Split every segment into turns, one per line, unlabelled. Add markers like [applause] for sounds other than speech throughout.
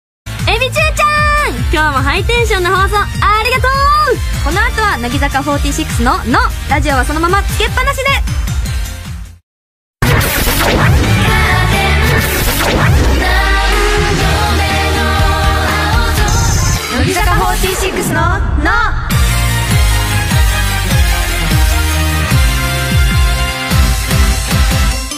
みちゅうちゃん
今日もハイテンションな放送ありがとう
この後は乃木坂46の「の」ラジオはそのままつけっぱなしで乃木坂46の「の」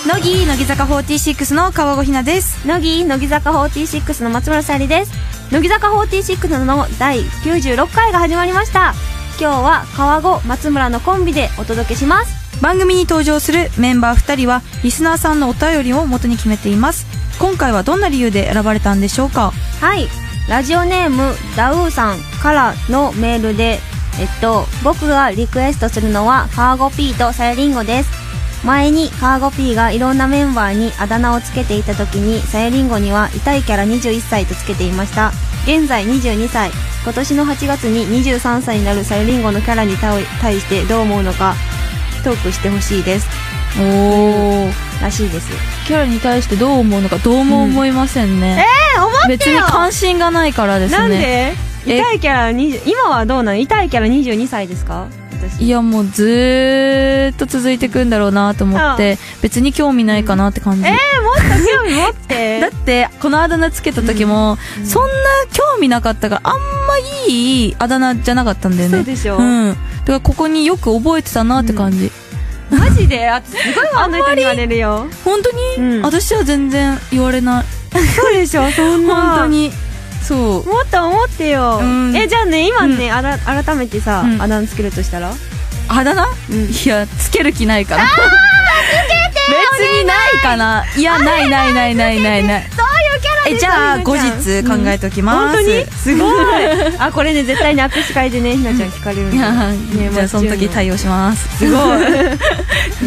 乃木乃木坂46の川越ひなです
乃木乃木坂46の松村沙莉です乃木坂46の第96回が始まりました今日は川越松村のコンビでお届けします
番組に登場するメンバー2人はリスナーさんのお便りを元に決めています今回はどんな理由で選ばれたんでしょうか
はいラジオネームダウーさんからのメールでえっと僕がリクエストするのは川越 P とさやりんごです前に川越 P がいろんなメンバーにあだ名をつけていた時にさやりんごには痛いキャラ21歳とつけていました現在22歳今年の8月に23歳になるさやりんごのキャラに対対してどう思うのかトークしてほしいです
おお
らしいです
キャラに対してどう思うのかどうも思いませんね、
え思
別に関心がないからですね
なんで
え
痛いキャラ20今はどうなの痛いキャラ22歳ですか私
いやもうずーっと続いてくんだろうなと思って別に興味ないかなって感じ、
えー、もっと興味持って
[laughs] だってこのあだ名つけた時も、そんな興味なかったからあんまいいあだ名じゃなかったんだよね
そうでしょ
うんだからここによく覚えてたなって感じ、
マジであすごいファンの人に言われるよ
本当に、
うん
私は全然言われない
そうでしょそん
本当にそう
もっと思ってよ、
うん
えじゃあね今ね、あら改めてさ、
うん
あだ名つけるとしたら
あだ名、
ん
いやつける気ないから別にないかないやないないないないないない
そういうキャラ
えじゃあ後日考えておきま
本
す、
当にす
[laughs]
ごいあこれね絶対に握手会でねひなちゃん聞かれるん
い
だよ
や
ね
じゃあその時
ま
対応します
すごい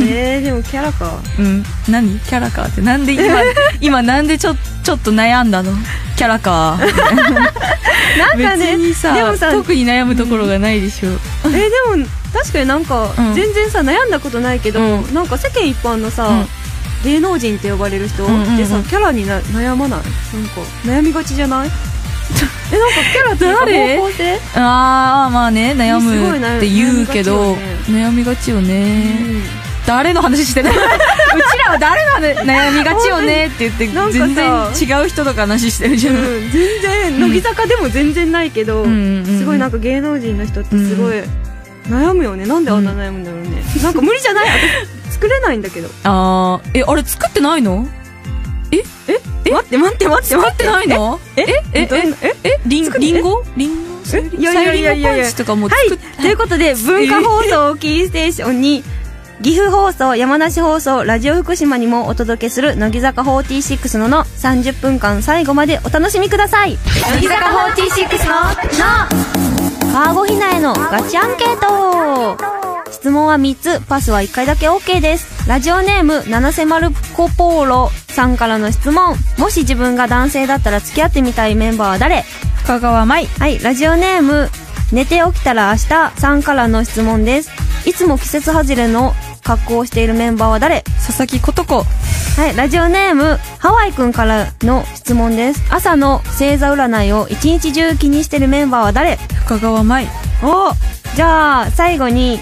えー、でもキャラか
うん何キャラかってなんで今
[laughs]
今なんでちょちょっと悩んだのキャラか
[laughs] なんかね
別にさ
でもさ
特に悩むところがないでしょ、
えーでも確かになんか、
うん
全然さ悩んだことないけど、
うん
なんか世間一般のさ、
うん
芸能人って呼ばれる人、
うんうんうん
でさキャラにな悩まないなんか悩みがちじゃないえな
[laughs]
んかキャラってなん
誰
か方向性
ああまあね悩
すごい
む
悩
って言うけど悩みがちよね誰の
[laughs]
話してないうちらは誰の話悩みがちよねって言って
なんか
全
さ
然違う人とか話してるじゃん、
うんうん全然乃木坂でも全然ないけど、
うんうんうん
すごいなんか芸能人の人ってすごい悩むよねなんであんな悩むんだろうね、なんか無理じゃない私作れないんだけど
ああえあれ作ってないの
待って待って待って
作
待
ってないの
え
え
どんなえ
えリン
作っ
リンゴリンゴさゆり
いやいやいやいやいや
さりんごパンチとかも
はい
作
と
っ、
いうことで、文化放送をキーステーションに、岐阜放送、山梨放送、ラジオ福島にもお届けする、乃木坂46のの30分間最後までお楽しみください。乃木坂46のの川越ひなへのガチアンケート質問は3つ、パスは1回だけ OK です。ラジオネーム、七瀬マルコポーロさんからの質問。もし自分が男性だったら付き合ってみたいメンバーは誰
香川舞
はい、ラジオネーム、寝て起きたら明日さんからの質問です。いつも季節外れの格好をしているメンバーは誰
佐々木琴子
はい、ラジオネーム、ハワイくんからの質問です。朝の星座占いを一日中気にしているメンバーは誰
深川舞
おじゃあ、最後に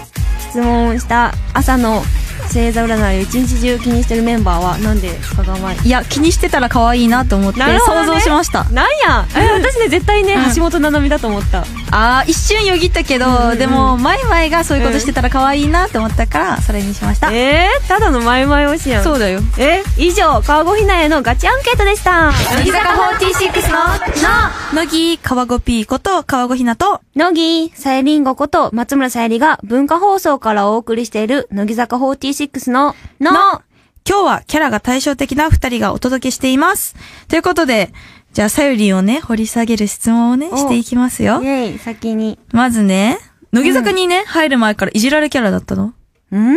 質問した朝の星座占いを一日中気にしているメンバーはなんでかがまい
いや気にしてたら可愛いなと思って
なるほど
想
ね
像しました、
なんやえ私ね、絶対ね
うん
橋本七海だと思った。
ああ一瞬よぎったけど、
うんうん
でも舞舞がそういうことしてたら可愛いなと思ったからそれにしました、
えー、ただのマイマイ推しやん。
そうだよ
え以上川越ひなへのガチアンケートでした乃木坂46
乃木川越ピーこと川越ひなと
の乃木さえりんごこと松村さえりが文化放送からお送りしている乃木坂46のの
の今日はキャラが対照的な二人がお届けしていますということでじゃあさゆりんをね掘り下げる質問をね
お
していきますよ
イェイ先に
まずね乃木坂にね、入る前からいじられキャラだったの
うーん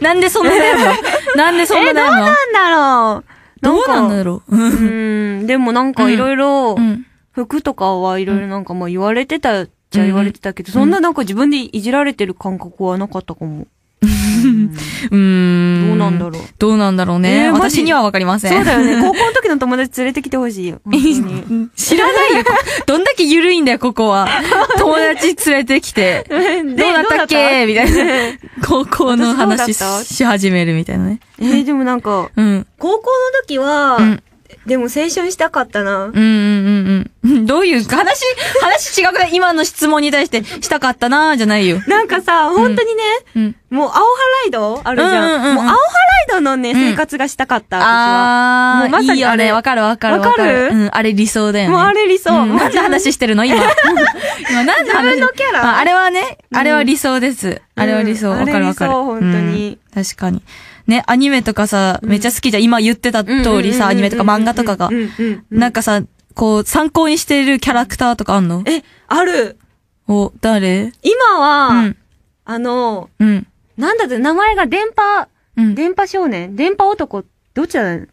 なんでそんな悩むの [laughs] なんでそんな
えどう
悩むの
なんだろう
どうなんだ
ろ
ろう
うーんでもなんかいろいろ
うん。
服とかはいろいろなんかまあ言われてたっちゃ言われてたけど、
うん
[laughs] そんななんか自分でいじられてる感覚はなかったかも。
うーん。
どうなんだろう。
どうなんだろうね。
えーマジ
私にはわかりません。
そうだよ [laughs] ね。高校の時の友達連れてきてほしい [laughs] よ。本当に
知らない
[laughs]
よ。こどんだけ緩いんだよ、ここは。友達連れてきて。
ね
どうだったっけみたいな。高校の話
私どうだった
しし始めるみたいなね。
えーでもなんか、
うん。
高校の時は、
うん
でも青春したかったな。
うんうんうん [laughs] うん。どういう、話、話違くない今の質問に対して、したかったなーじゃないよ。
なんかさ、本当にね、
うん。
もう、青ハライドあるじゃん。
うんうんうんうん
もう、青ハライドのね、
ん
生活がしたかった、私は。
あ
も
ー、
うまさに
いいよ
あれ
ね。わかるわかる
わかる
うん、あれ理想だよね。
もう、あれ理想。
うん何の話してるの今。 [laughs] 今何の話
自分のキャラ
ああれはね、あれは理想です。あれは理想。
うん
わかるわかる。
あれ理想本当に
うん確かに。ね、アニメとかさ、めっちゃ好きじゃん。今言ってた通りさ、アニメとか漫画とかが
うん。うんうんうん
なんかさ、こう、参考にしてるキャラクターとかあんの
え、ある。
お、誰
今は、
うん。
あの、
うん。
なんだって名前が電波、
うん。
電波少年電波男、どっちだ、ね、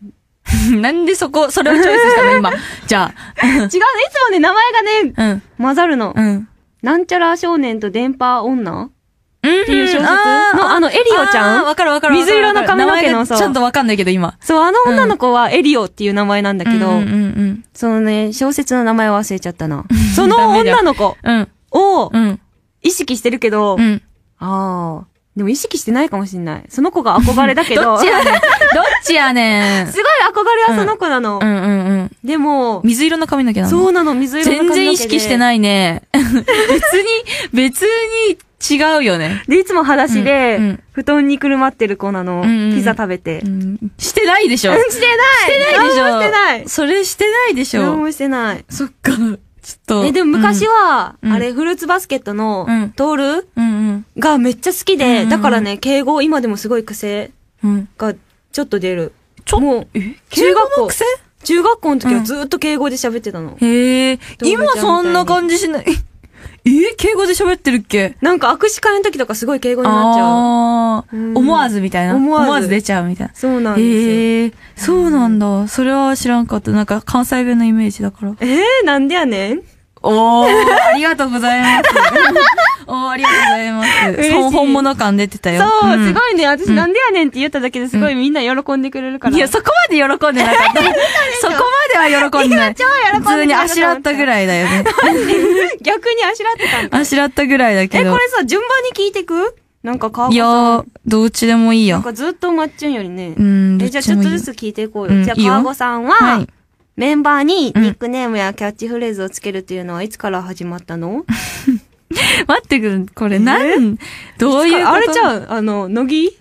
[laughs] なんでそこ、それをチョイスしたの [laughs] 今。じゃ
違うね、いつもね、名前がね、
あ。うん。
混ざるの。
うん。
なんちゃら少年と電波女っ
うん。って
いう小説の、あの、エリオちゃん
わかるわかるわかる。
水色の髪の毛の
名前が
そう
ちゃんとわかんないけど今。
そう、あの女の子はエリオっていう名前なんだけど、
うんうんうん
そのね、小説の名前忘れちゃった
[laughs]
な。そ
ダ
の
メだよ
女の子
うん。
を
うん。
意識してるけど、
うん。
ああ、でも意識してないかもしんない。その子が憧れだけど、
[laughs] どっちやねん。どっちやね
[laughs]
ん。
すごい憧れはその子なの。
うんうんうん。
でも、
水色の髪の毛なの
そうなの、水色の髪
全
の毛で
然意識してないね。 [laughs] 別に、別に違うよね。
で、いつも裸足で、
うんうん
布団にくるまってる子なの。
うんうん
ピザ食べ [laughs] て。
うんしてないでしょ。
うんしてないして
ないでしょ。
何もしてない
それしてないでし
何
ょ。
もしてない。
そっか。ちょっと。
え、でも昔
は、
は、
うん
あれ、フルーツバスケットの
うん、
トール
うんうん
がめっちゃ好きで、
うん
だからね、敬語、今でもすごい癖
うん。
がちょっと出る。
ちょ
もう、
え
中
敬
学校
語の癖
中学校の時
う
は
ん
ずっと敬語で喋ってたの。
へえ。
動物
今そんな感じしない。 [laughs] え、敬語で喋ってるっけ
なんか握手会の時とかすごい敬語になっちゃう。
ああ
う
ー。
ん
思わずみたいな。
思
思
わず
わず出ちゃうみたいな。
そうなんですよ。
ええそうなんだ。それは知らんかった。なんか関西弁のイメージだから。
えー、なんでやねん
おー、ありがとうございます。 [laughs] おー、ありがとうございます。
嬉しい
そう本物感出てた
そ
よ。
う、す
い。
ごいね。私
うん
なんでやねんって言っただけですごいみんな喜んでくれるから。
いや、そこまで喜んでなかった。そこまでは喜んでない。
超喜んで
普通にあしらったぐ
い。
らいだよ
[laughs]
ね。
逆にあしらってたんだ。
あしらったぐらいだけ
え、
ど
こ。れさ、順番に聞いてくなんか川
い
端
や
さん
ー、どっちでもいい
なん
よ。
かずっとまっちゅんよりね。
うん、ど
え、
っ
じゃあ
ち
ちょ
も
っ
いい
と
よ
ずつ聞いていこう
うん
よ。じゃ
いいよ
あ川越さん
は、。
はいメンバーに
うん
ニックネームやキャッチフレーズをつけるっていうのはいつから始まったの
待ってくれ、これなん、どういうこと
あれち
う
ゃうあの、乃木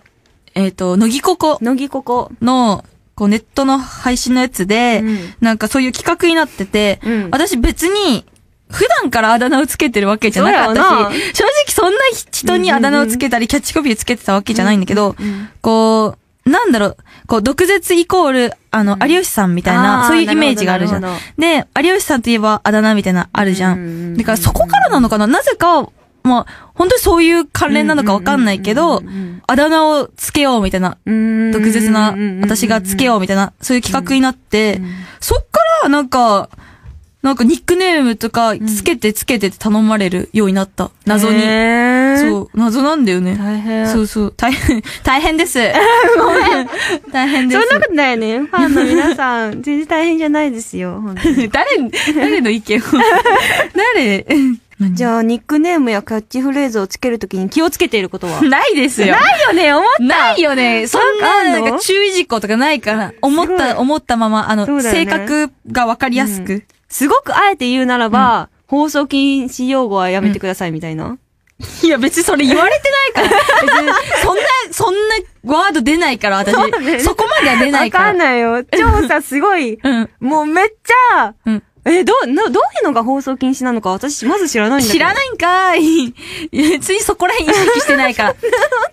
えっと、乃木ここ
乃木ここ。
の、こうネットの配信のやつで、
うん
なんかそういう企画になってて、
うん
私別に、普段からあだ名をつけてるわけじゃなかっ
そうやわ
た
な
し、正直そんな人にあだ名をつけたり、キャッチコピーつけてたわけじゃないんだけど、こう、なんだろう、こう、毒舌イコール、あの、有吉さんみたい
あ
な、
ー
そういうイメージがあるじゃん
なるほ。
で、有吉さんといえばあだ名みたいな、あるじゃ
うんうんうんうん
ん。だからそこからなのかななぜか、まあ、本当にそういう関連なのかわかんないけど
うんうんうんうんうん、
あだ名をつけようみたいな、毒
毒
舌な私がつけようみたいな、そういう企画になって、そっからなんか、なんかニックネームとかつけてつけてって頼まれるようになった。謎に。
そう。
そう、謎なんだよね。
大変。
そうそう。大変、 [laughs] 大
[laughs]
変です。大変で
そん
す。
なことないよね。ファンの皆さ [laughs] ん、全然大変じゃないですよ。本当に
誰、 [laughs] 誰の
[laughs]
意見を誰
じゃあ、ニックネームやキャッチフレーズをつけるときに気をつけていることは [laughs]
[laughs] ないですよ。
ないよね、思っ
[laughs] ない
[laughs]
よね。そん
あん
な、
の
なんか注意事項とかないから、思っ
すご
た、
い
思ったまま、あの、
そうだよ
性
ね
格がわかりやすく。
すごくあえて言うならば、放送禁止用語はやめてくださいみたいな。
[laughs] いや、別にそれ言われてな
[laughs]
いから。別に、そんな、そんなワード出ないから、私。
そう
そ,、
だね
こまでは出ないから。
ないよ。超さ、すごい。
うん。
[laughs] もうめっちゃ、
うん。
え、どう、などういうのが放送禁止なのか私、まず知らないんだけど。
知らないんかい。 [laughs] いや別にそこら辺意識してな
[laughs]
いから。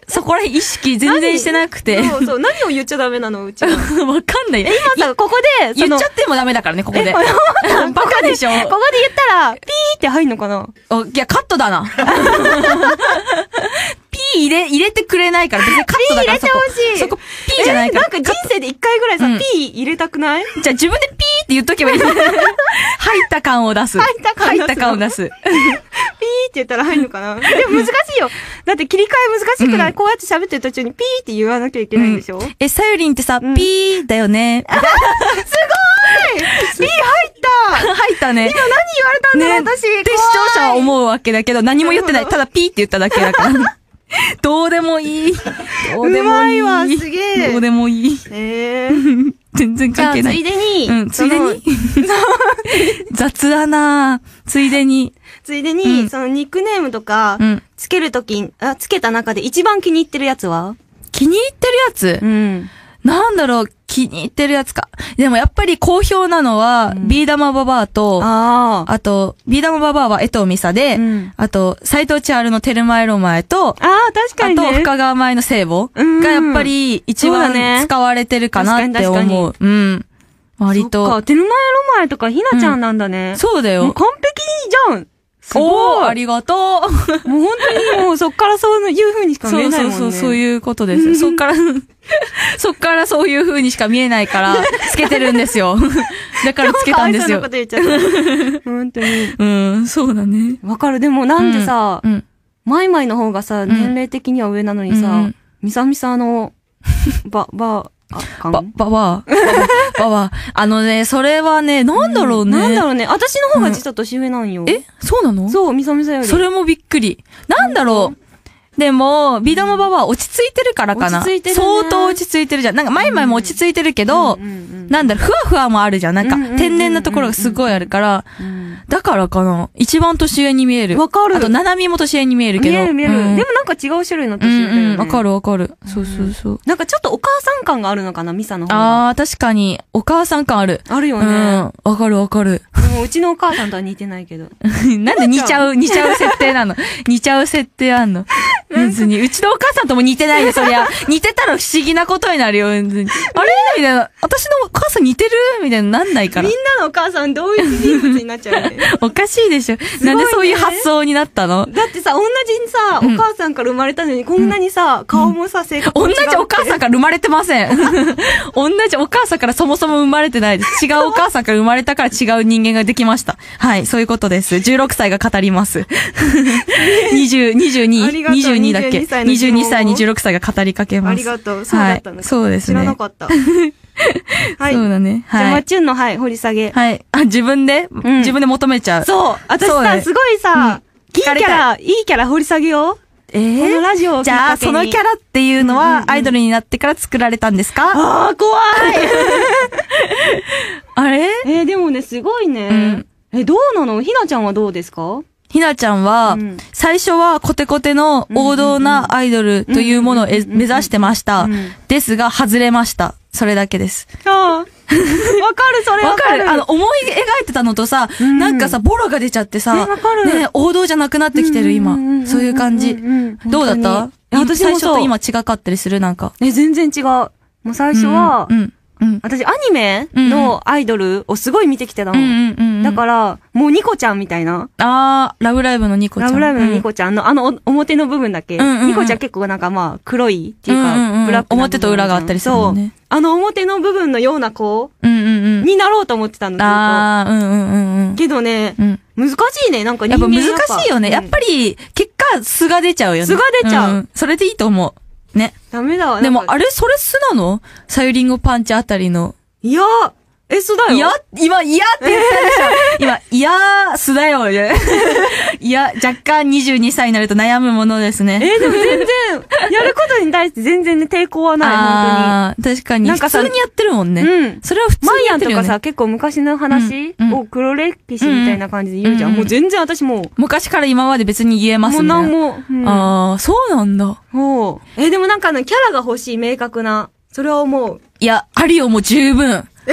そこら辺意識全然してなくて。
そうそう、何を言っちゃダメなの、うちは。
[laughs] わかんない。 [laughs] え、
今さ、ここで、そ
言
の
っちゃってもダメだからね、ここで。
え
[laughs] バカでしょ。
ここで言ったら、ピーって入んのかな
おいや、カットだな。 [laughs] ピー入れ、入れてくれないから、別にカットだから。
ピー入れてほしい
そこ、そこピーじゃない
え
か
なん
ら。
か人生で一回ぐらいさ、
うん
ピー入れたくない
じゃあ自 [laughs] 分でピーって言っとけばいい。入った感を出す。
入った感を出す
入った感を出す。
ーって言ったら入るのかなでも難しいよ。だって切り替え難しいくらい、こうやって喋ってる途中にピーって言わなきゃいけないんでしょ、ピー
え、さゆりんってさ、ピ
ん
ーだ
[laughs]
よね。
入った
[laughs]
今
入ったね。
何言われたんだろう、
ね
私。
って視
怖い
聴者は思うわけだけど、何も言ってない。
なる
ただピーって言っただけだ
[laughs]
から。どうでもいい。どうでもいい。
うまいわすげえ
どうでもいい。
えー
全然
じゃ
関
あ、つ
係ないい。
でに、
うん、ついで
その
に。
[laughs]
雑だなついでに。
ついでに、
うん
そのニックネームとか
うん、
つけるとき、あつけた中で一番気に入ってるやつは
気に入ってるやつ、
ん。
なんだろう気に入ってるやつか。でもやっぱり好評なのは、ビー玉ババアと、
ああ。
あと、ビー玉ババアは江藤美沙で、
うん
あと、斎藤千春のテルマエロマエと、
ああ、確か
あ
に、ね。
と、深川前の聖母
うん
がやっぱり一
そうだね
番使われてるかなって
確かに
思う。うん。割
そっ
と
か、。テルマエロマエとかひなちゃんなんだね。
そうだ
もう
よ。
完璧じゃんす
お
ご
ー
い
ありがとう。
もう本当にもうそっからそういう風にしか見
そ
え
う
ない
そ
もん
う
ね。
そう、そう
う。
いうこと
[laughs]
です。そっから、そっからそういう風にしか見えないから、つけてるんで
[laughs]
すよ。だからつけたんですよ
こと。言っちゃった。
[laughs]
本当に。
うん、そうだね。
わかる。でもなんでさ
う、ん。
マイマイの方がさ、
ん
年齢的には上なのに
うんう
さ
ん、
ミサミサ
[laughs]
の、ば、ば、あ、か
ば、
ん
ばば、ばば、あのね、それはね、なんだろうね。
なんだろうね。私の方が実は年上なんよ。
えそうなの
そう、ミサミサより。
それもびっくり。なんだろう。でも、ビー玉ババは落ち着いてるからかな。
落ち着いてるね
相当落ち着いてるじゃん。なんか、前々も落ち着いてるけど、
うんうん
なんだろう、ふわふわもあるじゃん。なんか
うんうんうんうん、
天然なところがすごいあるから、
うん
だからかな。一番年上に見える。
わかる
あと、ななみも年上に見えるけ
見
ど。
える見える。
うん
でもなんか違う種類の
う
年上だよ
んう
ね
ん、わか。るわかる。そうそうそう。
なんかちょっとお母さん感があるのかな、ミサの方が。
あー、確かに、お母さん感ある。
ある
う
よ
ん、
ね。
わかるわかる。 [laughs]
でもうちのお母さんとは似てないけど。
なんで似ちゃう、似ちゃう設定な
[laughs]
の似ちゃう設定あんの別に。うちのお母さんとも似てないで、そり
[laughs]
ゃ。似てたら不思議なことになるよ、別に。あれみたいな。私のお母さん似てるみたいになんないか
み
ら
ん。なのお母さん同一人物になっちゃうよね。
おかしいでしょ。なんでそういう発想になったの
だってさ、同じさ、お母さんから生まれたのに、こんなにさ、顔もさ、性格も
同
違う
じお母さんから生まれてま
[laughs]
せん。同じお母さんからそもそも生まれてないです。違うお母さんから生まれたから違う人間ができました。はい、そういうことです。16歳が語ります。20、
あり
22、
がとう
22だっけ
22歳の疑問を
?22 歳に16歳が語りかけます。
ありがとう。そうだったんだ、
はいそうですね
知らなか
[laughs]
った。はい。
そうだね。
じゃあ、
は
マ
い。
チュンの、はい、掘り下げ。
はい。あ、自分で、
ん
自分で求めちゃう。う。
そう。私
そう
さ、
ね
すごいさ、いいキ
聞かれ
ャ
た
ラ、いいキャラ掘り下げよ
え
う。この
ー
ラジオを
じゃあ、そのキャ
ラ。
ラっていうのは、アイドルになってから作られたんですか
あー、怖い
あれ
えー、でもね、すごいね。え、どうなのひなちゃんはどうですか
ひなちゃんは、
うん
最初はコテコテの王道なアイドルというものをえ目指してました。
うん
ですが、外れました。それだけです。
[laughs] あーわかる、それ
わ
わ
か
か
る
る。
あの、思い描いてたのとさ、
ん
なんかさ、ボロが出ちゃってさ、
ねわかる
ね王道じゃなくなってきてる、今。そういう感じ。どうだった
私
最
も
初
そ
と
う。
今違かったりするなんか。
え、全然違う。もう最初は、
うん。うん。
私アニメのアイドルをすごい見てきてた
うん。
の。
うん。うん。
だから、もうニコちゃんみたいな。
ら、あー、ラブライブのニコちゃん。
ラブライブのニ
っ
コちゃんの、あの、お表の部分だけ。
うんうんうん
ニコちゃん結構なんかまあ、黒いっていうか、
うんうんうん
ブラックな部分
表と裏があったりするもんね
そう。あの表の部分のような子
うんうんうん。
になろうと思ってたの、ずっと。
あー、うんうんうんうん。
けどね、
うん。
難しいね。なんか
や
人
っぱ
間
難しいよね。やっ
うん
ぱり、結果、素が出ちゃうよね。
素が出ちゃうん
んそれでいいと思う。ね。
ダメだわ。
でも、
なんか
あれ、それ素なのさゆりんごパンチあたりの。
いや、え、そうだよ。
いや、今、いやって
[laughs]
言ったでしょ。今、いやー、素だよ、ね。 [laughs] いや、若干22歳になると悩むものですね。
えーでも全
[laughs]
然、やることに対して全然ね、抵抗はない、
あー、確かに。
なんか
普
さ
通にやってるもんね。
本当に。うん。
それは普通
マ
に
イ
や
ア
っ
ン
て
と
るよ
か
ね
さ、。結構昔の話
うんうん
を黒歴史みたいな感じで言うじゃん。
うんうん
もう全然私も
昔から今まで別に言え
う、
ま
も
す
う
ね。
なんも。うん
あー、そうなんだ。
ほう。えーでもなんかね、キャラが欲しい、明確な。それは思う。
いや、あるよ、もう十分。
えー、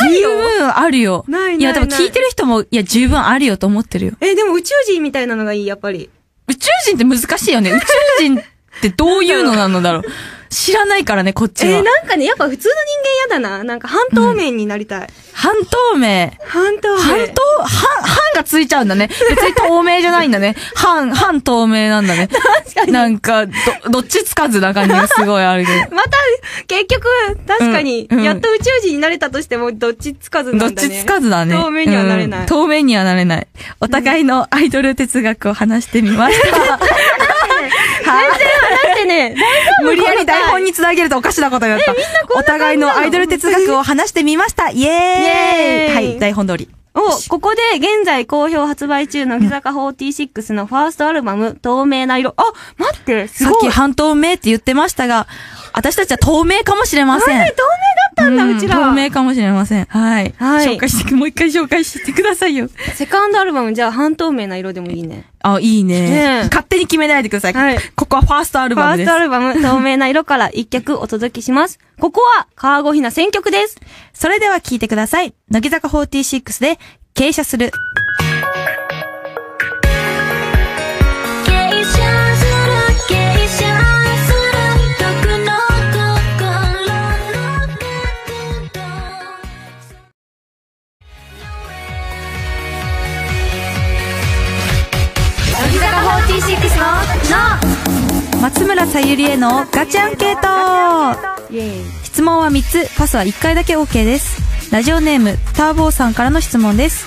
ない
十
よ
分あるよ。
ないない
や、でも聞いてる人も、いや、十分あるよと思ってるよ。
えーでも宇宙人みたいなのがいい、やっぱり。 [laughs]
宇宙人って難しいよね。宇宙人ってどういうのなのだろう。知らないからね、こっちは。
えー、なんかね、やっぱ普通の人間嫌だな。なんか半透明になりたい。
半透明。
半透明。
半透、半、半がついちゃうんだね。別に透明じゃないんだね。半、半透明なんだね。確かに。なんか、ど、どっちつかずな感じがすごいあるけど。
また、結局、確かに、
うんうん
やっと宇宙人になれたとしても、どっちつかず
ど
な
っ
んだね。
ちつかずだね。
透明にはなれない
うん透明にはなれない。お互いのアイドル哲学を話してみま [laughs] した。
全然話してね、 [laughs]
無理やり台本につなげるとおかしなことになった。お互いのアイドル哲学を話してみました。イエーイ
イエーイ
はい、台本通り。
お、ここで現在好評発売中の乃木坂46のファーストアルバム、透明な色。あ、待って、す
さっ
ご
き
い。
半透明って言ってましたが、私たちは透明かもしれません。
透明だったんだ、うちら。
透明かもしれません。はい。
はい
紹介して、もう一回紹介してくださいよ。
セカンドアルバム、じゃあ半透明な色でもいいね。
あ、いいね。
ねえ
勝手に決めないでください。
はい
ここはファーストアル
ファ
バム
ー
で
ス
す
トア。ルバム、透明な色から一曲お届けします。 [laughs] ここは、川越ひな選曲です。
それでは聴いてください。乃木坂46で、傾斜する。
傾斜する傾斜する毒の心のベッド
乃木坂46の、の
松村さゆりへのガチアンケート
イェイ。
質問は3つ、パスは1回だけ OK です。ラジオネーム、ターボーさんからの質問です。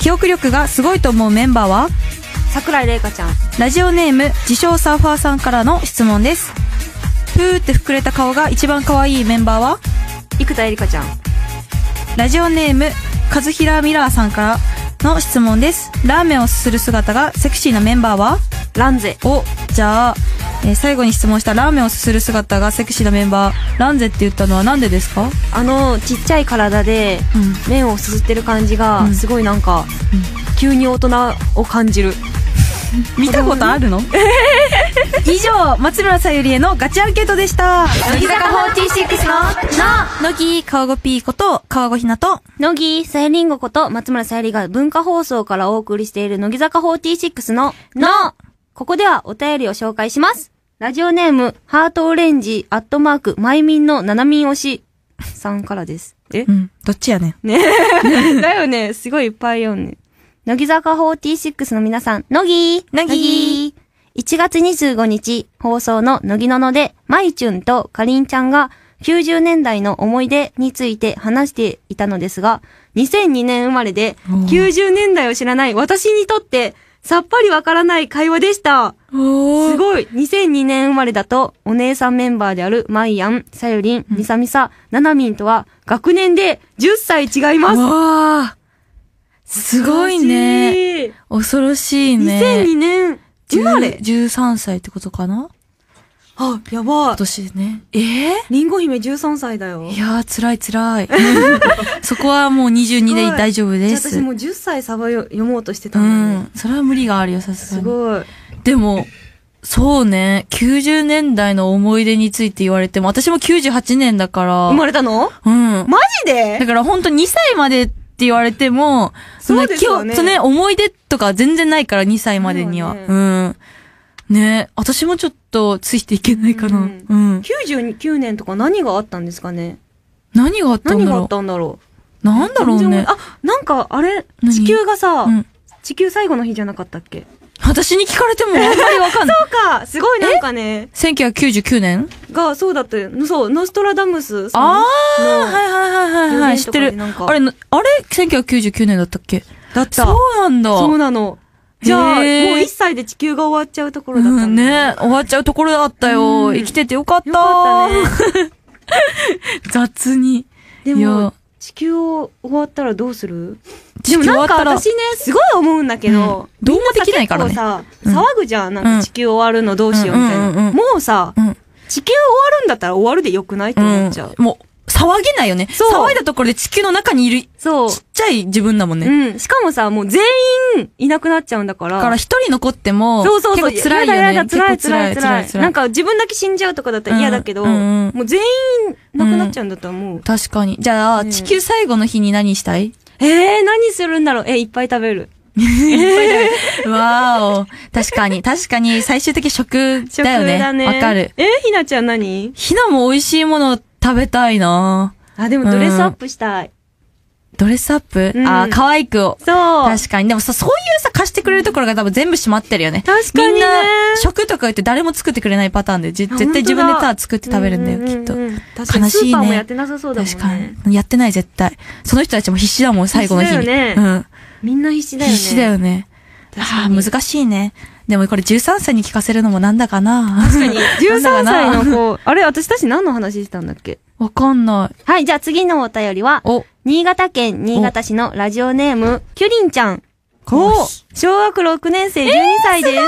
記憶力がすごいと思うメンバーは
桜井玲香ちゃん。
ラジオネーム、自称サーファーさんからの質問です。ふーって膨れた顔が一番可愛いメンバーは
生田絵梨香ちゃん。
ラジオネーム、和平ミラーさんからの質問です。ラーメンをすする姿がセクシーなメンバーは
ランゼ。
お、じゃあ、えー最後に質問したラーメンをすする姿がセクシーなメンバー、ランゼって言ったのはなんでですか
あの、ちっちゃい体で、
うん
麺をすすってる感じ
う
が
ん、
すごいなんか、急に大人を感じる。
見たことあるの [laughs] 以上、松村さゆりへのガチアンケートでした。
乃木坂46の、の
乃木、川越ピーこと、川越ひなと、
乃木、さゆりんごこと松村さゆりが文化放送からお送りしている乃木坂46ののここではお便りを紹介します。ラジオネーム、ハートオレンジ、アットマーク、マイミンのななみん推しさんからです。え
うん、どっちやね
[laughs]
ん。
だよね。すごいいっぱい読んね。乃木坂46の皆さん、乃木
乃木
木 !1 月25日放送の乃木のので、まいちゅんとかりんちゃんが90年代の思い出について話していたのですが、2002年生まれで
おー
90年代を知らない私にとってさっぱりわからない会話でした。
お
すごい !2002 年生まれだと、お姉さんメンバーであるまいやん、さゆりん、みさみさ、ななみんとは学年で10歳違います
わあ、すごいね。。恐ろしいね。
2002年生まれ。
10 13歳ってことかな
あ、やば
今。年でね。ええ
リンゴ姫13歳だよ。
いやー、辛い [laughs] 辛い。そこはもう22で大丈夫
じゃ
で
あ
[laughs]
私
す。
もう10歳サバよ読もうとして
う
たのに
ん。それは無理があるよ、さす
す
がに。
ごい。
でも、そうね、90年代の思い出について言われても、私も98年だから、
生まれたの
うん。
マジで
だから本当2歳までって言われても、
そうですよね
そんな記憶そうね、思い出とか全然ないから2歳までには。
そうだ
うん。ね私もちょっとついていけないかな。う
うんん。?99 年とか何があったんですかね
何があったん
何
だ
があ
ろ
ったんだろ
う。なん
う
だろう
全
ね
然。あ、なんかあれ、
何
地球がさ
う、ん。
地球最後の日じゃなかったっけ
私に聞かれてもあんまりわかんない。
[laughs] そうか、すごいなんかね、
1999年
が、そうだったよ。そう、ノストラダムスさん
ああ
の
はいはいはいはいはい。知って
予
る
言とかでなん。か
あれ、なあれ ?1999 年だったっけ
だっ
そうなんだ。
そうなの。じゃあ、もう
へー
1歳で地球が終わっちゃうところだっ
う
た
ん
んだ
ね終わっちゃうところだったよ。
うん
生きててよかった。
よかったね。
[laughs] 雑に。
で
いや
も、地球を終わったらどうする
地球終わ
なん
っ
か
たら
私ね、すごい思うんだけど、
うんどうもできないからね
みんなさ
うん
結構さ、騒ぐじゃん。なん
うん
か地球終わるのどうしようみたい
うんうんうんう
な。
ん
もうさ、
うん。
地球終わるんだったら終わるでよくないって思っちゃう。
うんもう、騒げないよね。
そう
騒いだところで地球の中にいる、ち
そう。
っちゃい自分だもん
う
ね。
ん。しかもさ、もう全員いなくなっちゃうんだから。
だから一人残っても、
そうそうそう。
結構辛いよね。
やだやだ、辛い
結構
辛い辛い。なん
か、
か自分だけ死んじゃうとかだったら嫌だけど、
うんうんうん
もう全員亡くなっちゃうんだと思う。
確かに。じゃあ、
ね
地球最後の日に何したい
ええー、何するんだろうえ、いっぱい食べる。
[laughs] わーお。確かに、確かに、最終的食
食
だよね。
だね。
わかる。
え、ひなちゃん何
ひなも美味しいもの食べたいな
あ、でもドレスアップしたい。
ドレスアップ、
うん
あー、可愛くを。
そう。
確かに。でもさ、そういうさ、貸してくれるところが多分全部閉まってるよね。
確かにね
みんな、食とか言って誰も作ってくれないパターンで、じ
あ
絶対自分で
本当だ
さ、作って食べるんだよ、
う
きっと
う。んうん確かに
悲しいね
スーパーもやってなさそうだもんね。
確かに。やってない、絶対。その人たちも必死だもん、最後の日
必死
に。
だよね
うん。
みんな必死だよね。
必死だよね。
確
あ
か
あ、
に。
難しいね。でもこれ13歳に聞かせるのもなんだかな。確かに。
13歳の子。あれ私たち何の話したんだっけ
[laughs] わかんない。
はい、じゃあ次のお便りは、
お、
新潟県新潟市のラジオネーム、キュリンちゃん。
かわいい
小学6年生12歳です。すご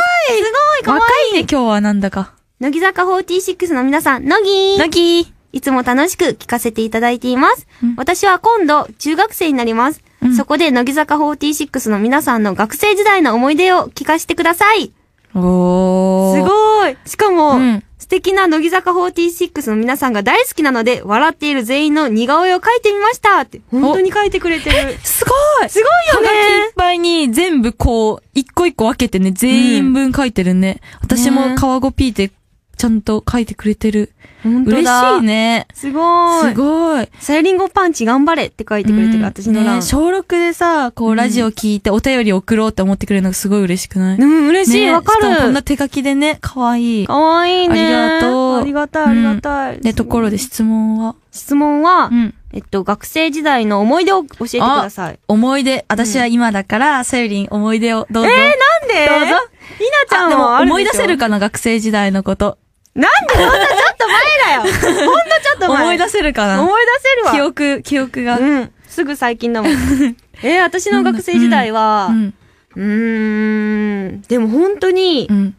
いかわい
若いね、今日はなんだか。
い乃木坂46の皆さん、乃木
なぎー。
いつも楽しく聞かせていただいています。
うん
私は今度、中学生になります。
うん
そこで、乃木坂46の皆さんの学生時代の思い出を聞かせてください。
おー。
す
い。
ごいしかも、
うん
素敵な乃木坂46の皆さんが大好きなので、笑っている全員の似顔絵を描いてみましたって、本当に描いてくれてる。
すごい
[laughs] すごいよね
はがきいっぱいに全部こう、一個一個分けてね、全員分書いてるね。私も川ゴピーでちゃんと書いてくれてる。
本
嬉しい。ね。
すごい。
すごい。
さゆりんごパンチ頑張れって書いてくれてる、
うん
私の欄。
ね小6でさ、こう、ラジオ聞いてお便り送ろうって思ってくれるのがすごい嬉しくない
うん、嬉しい、
ね
わ、か
しもこんな
る。
手書きでね、かわいい。
かわいいね。
ありがとう
ありがたい、ありがたい。
で、ところで質問は
質問は、
ん。
えっと、学生時代の思い出を教えてください。
思い出。私は今だから、さゆりん思い出をどうぞ。え
なんで
どうぞ。
ひなちゃん
でも
も
思い出せる
か。
かな、学生時代のこと。
なんでそんなちょっと前
[laughs]
だよ。ほんとちょっと前。
思い出せるかな
思い出せ
記
るわ。
憶、記憶が。
うん。すぐ最近
[laughs]
だもん。えー、私の学生時代は、
ん。
うーん、でも本当に
う、ん。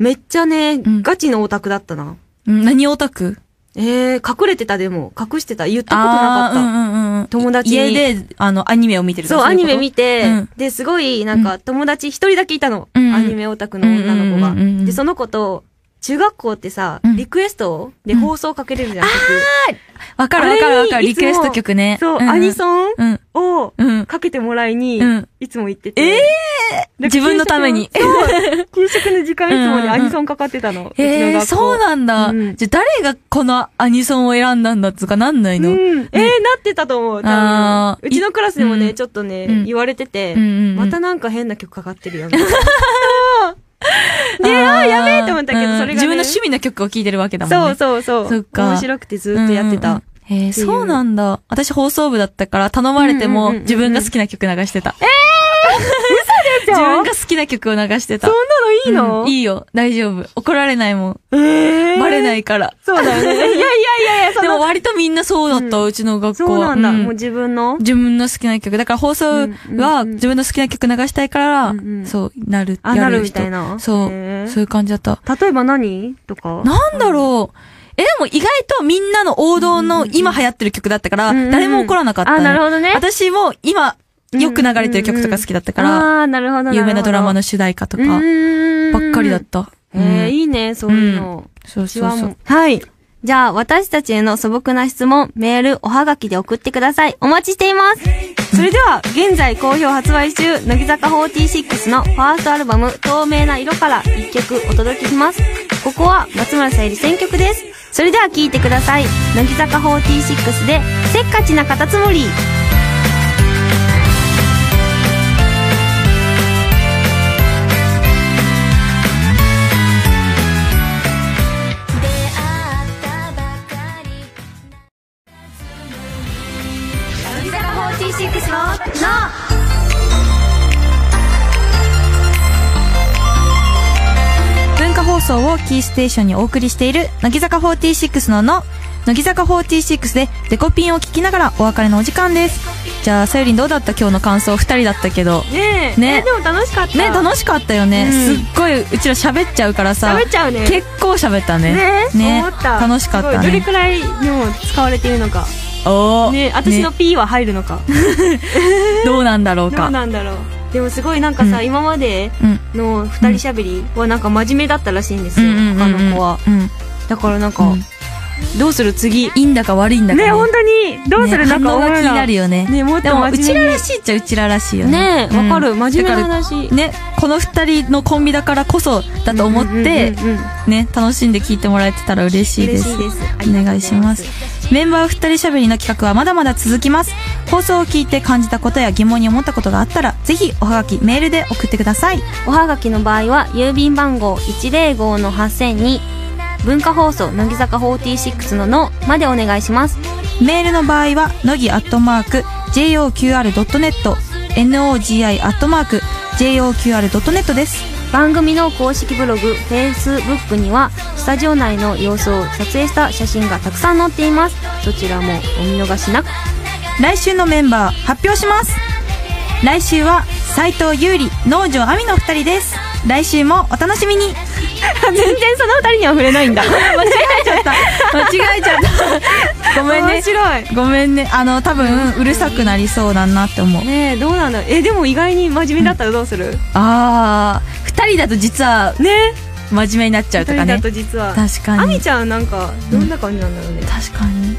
めっちゃね、
ん
ガチのオタクだったな。
うん何オタク
えー、隠れてたでも、隠してた、言ったことなか
あ
っ
ー
た。
うんうんうん。
友達に
家で、あの、アニメを見てると
そ
か
う、アニメ
い
見
こ
て、
うん
で、すごい、なんか、友達一人だけいたの。
うん
アニメオタクの女の子が。
うんうんうんうん
で、その子と、中学校ってさ、
うん
リクエストで放送かけれるじゃん、曲
とわかるわかるわか
あ
る。
れにい
リ
つも
クエスト曲ね。
そう、
んん
アニソン
うん。
を、
うん。
かけてもらいに、
うん
いつも行ってて。
ええ
なんか
自分のために
給食の
[laughs]
そう。給食の時間いつも
うんうん
にアニソンかかってたの。
えー、そう
の
なんだ。
うん
じゃ、誰がこのアニソンを選んだんだとかなんないうの、
ん。えー、なってたと思う。多分
あー
うちのクラスでも
う
ね、
ん
ちょっとね、
うん
言われてて、
うんうんうん
またなんか変な曲かかってるよ
[laughs]
ね。ね
ー
あーやべえと思ったけど
うん
それがね
自分の趣味の曲を聴いてるわけだもん
そう
ね。
そうそう。
そっか
面白くてずっとやって
うんうん
た。
うん。えー、そうなんだ。私放送部だったから頼まれて
うんうんうん
も
うん
自分が好きな曲流してた。え
じゃ
自分
あ
が好きな曲を流してた。
そんなの
う
いい
ん
の
いいよ。大丈夫。怒られないもん。
えー
バレないから。
そうだよ
[laughs]
ね。いやいやいやいや、そ
でも
の、
割とみんなそうだった、うちの学
そ
校
う
は。
なんだ。
ん
もう自分の。
自分の好きな曲。だから放送
うんうんう
は
ん
自分の好きな曲流したいから、
うんうん
そう、なる、
あ
や
なる
る
み
人
たいな
そう、
へー
そういう感じだった。
例えば何とか。
なんだろう。え、でも意外とみんなの王道の今流行ってる曲だったから、
うんうんうん
誰も怒らなかった、
あなるほどね
私も今、よく流れてる曲とか好きだったから、
ああー、なるほど。。
有名なドラマの主題歌とか、ばっかりだったた。
ええ、
うん
いいね、そういうの。
そう
私
そう
は
そ
も
う
う。。はい。じゃあ、私たちへの素朴な質問、メール、おはがきで送ってください。お待ちしています。それでは、現在好評発売中、乃木坂46のファーストアルバム、透明な色から一曲お届けします。ここは、松村さゆり選曲です。それでは聴いてください。乃木坂46で、せっかちなカタツムリ。
出会ったばかり
乃木坂46の、の
文化放送をキーステーションにお送りしている、乃木坂46のの、乃木坂46でデコピンを聞きながらお別れのお時間です。じゃあ、さゆりんどうだった今日の感想二人だったけど。
ね
ね
えでも楽しかった。
ね、楽しかったよね。
うん
すっごい、うちら喋っちゃうからさ。
食べちゃうね。
結構喋ったね。
ね思った。
楽しかっ
すごい
た
どれ
ね。
くらいでも使われているのか。
おー
ね、私の
ね
P は入るのか。
どうなんだろう
どう
か。
なんだろう。でもすごいなんかさ、
う
今まで
うん。
の二人喋りはなんか真面目だったらしいんです
う
よ、
んうんうん
他の子は。
うん。
だからなん
う
か
ん、どうする次、いいんだか悪いんだか、
ね、本当に。どうする
ね
なんか
反応
お前
が
ら
気になるよね。
ねもっと
でも、
真面目に
うちららしいっちゃうちららしいよね。
ねえ、わかる。真面目な
だか
話。
らね、この二人のコンビだからこそだと思って、
うんうんうんうん
ね、楽しんで聞いてもらえてたら嬉しいです。
嬉しいですありがとうございます
お願いします。メンバー二人喋りの企画はまだまだ続きます。放送を聞いて感じたことや疑問に思ったことがあったら、ぜひおはがき、メールで送ってください。
おはがきの場合は郵便番号105-8000に文化放送乃木坂46ののまでお願いします
メールの場合は、のぎアットマーク、joqr.net、nogi アットマーク、joqr.net です。
番組の公式ブログ Facebook にはスタジオ内の様子を撮影した写真がたくさん載っていますそちらもお見逃しなく
来週のメンバー発表します来週は斉藤優里農場亜美の二人です来週もお楽しみに
[laughs] 全然その二人には触れない [laughs] んだ
間違えちゃった [laughs] 間違えちゃったごめんね
面白い
ごめんねあの多分うるさくなりそうだなって思う
ねえどうなんだろうえでも意外に真面目だったらどうする、
あー二人だと実は
ね
真面目になっちゃ
え
うと
人
か
だ
ね
と実は
確か
あ
に
みちゃんなんかどんな感じなんだろうね、
確かに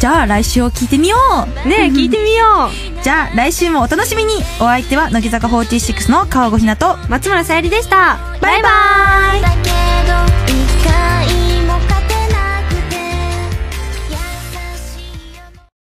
じゃあ来週を聞いてみよう
ねえ聞いてみよ
じゃあ来週もお楽しみにお相手は乃木坂46の川越ひなと
う松村さゆりでした
バイバイ
だけど一回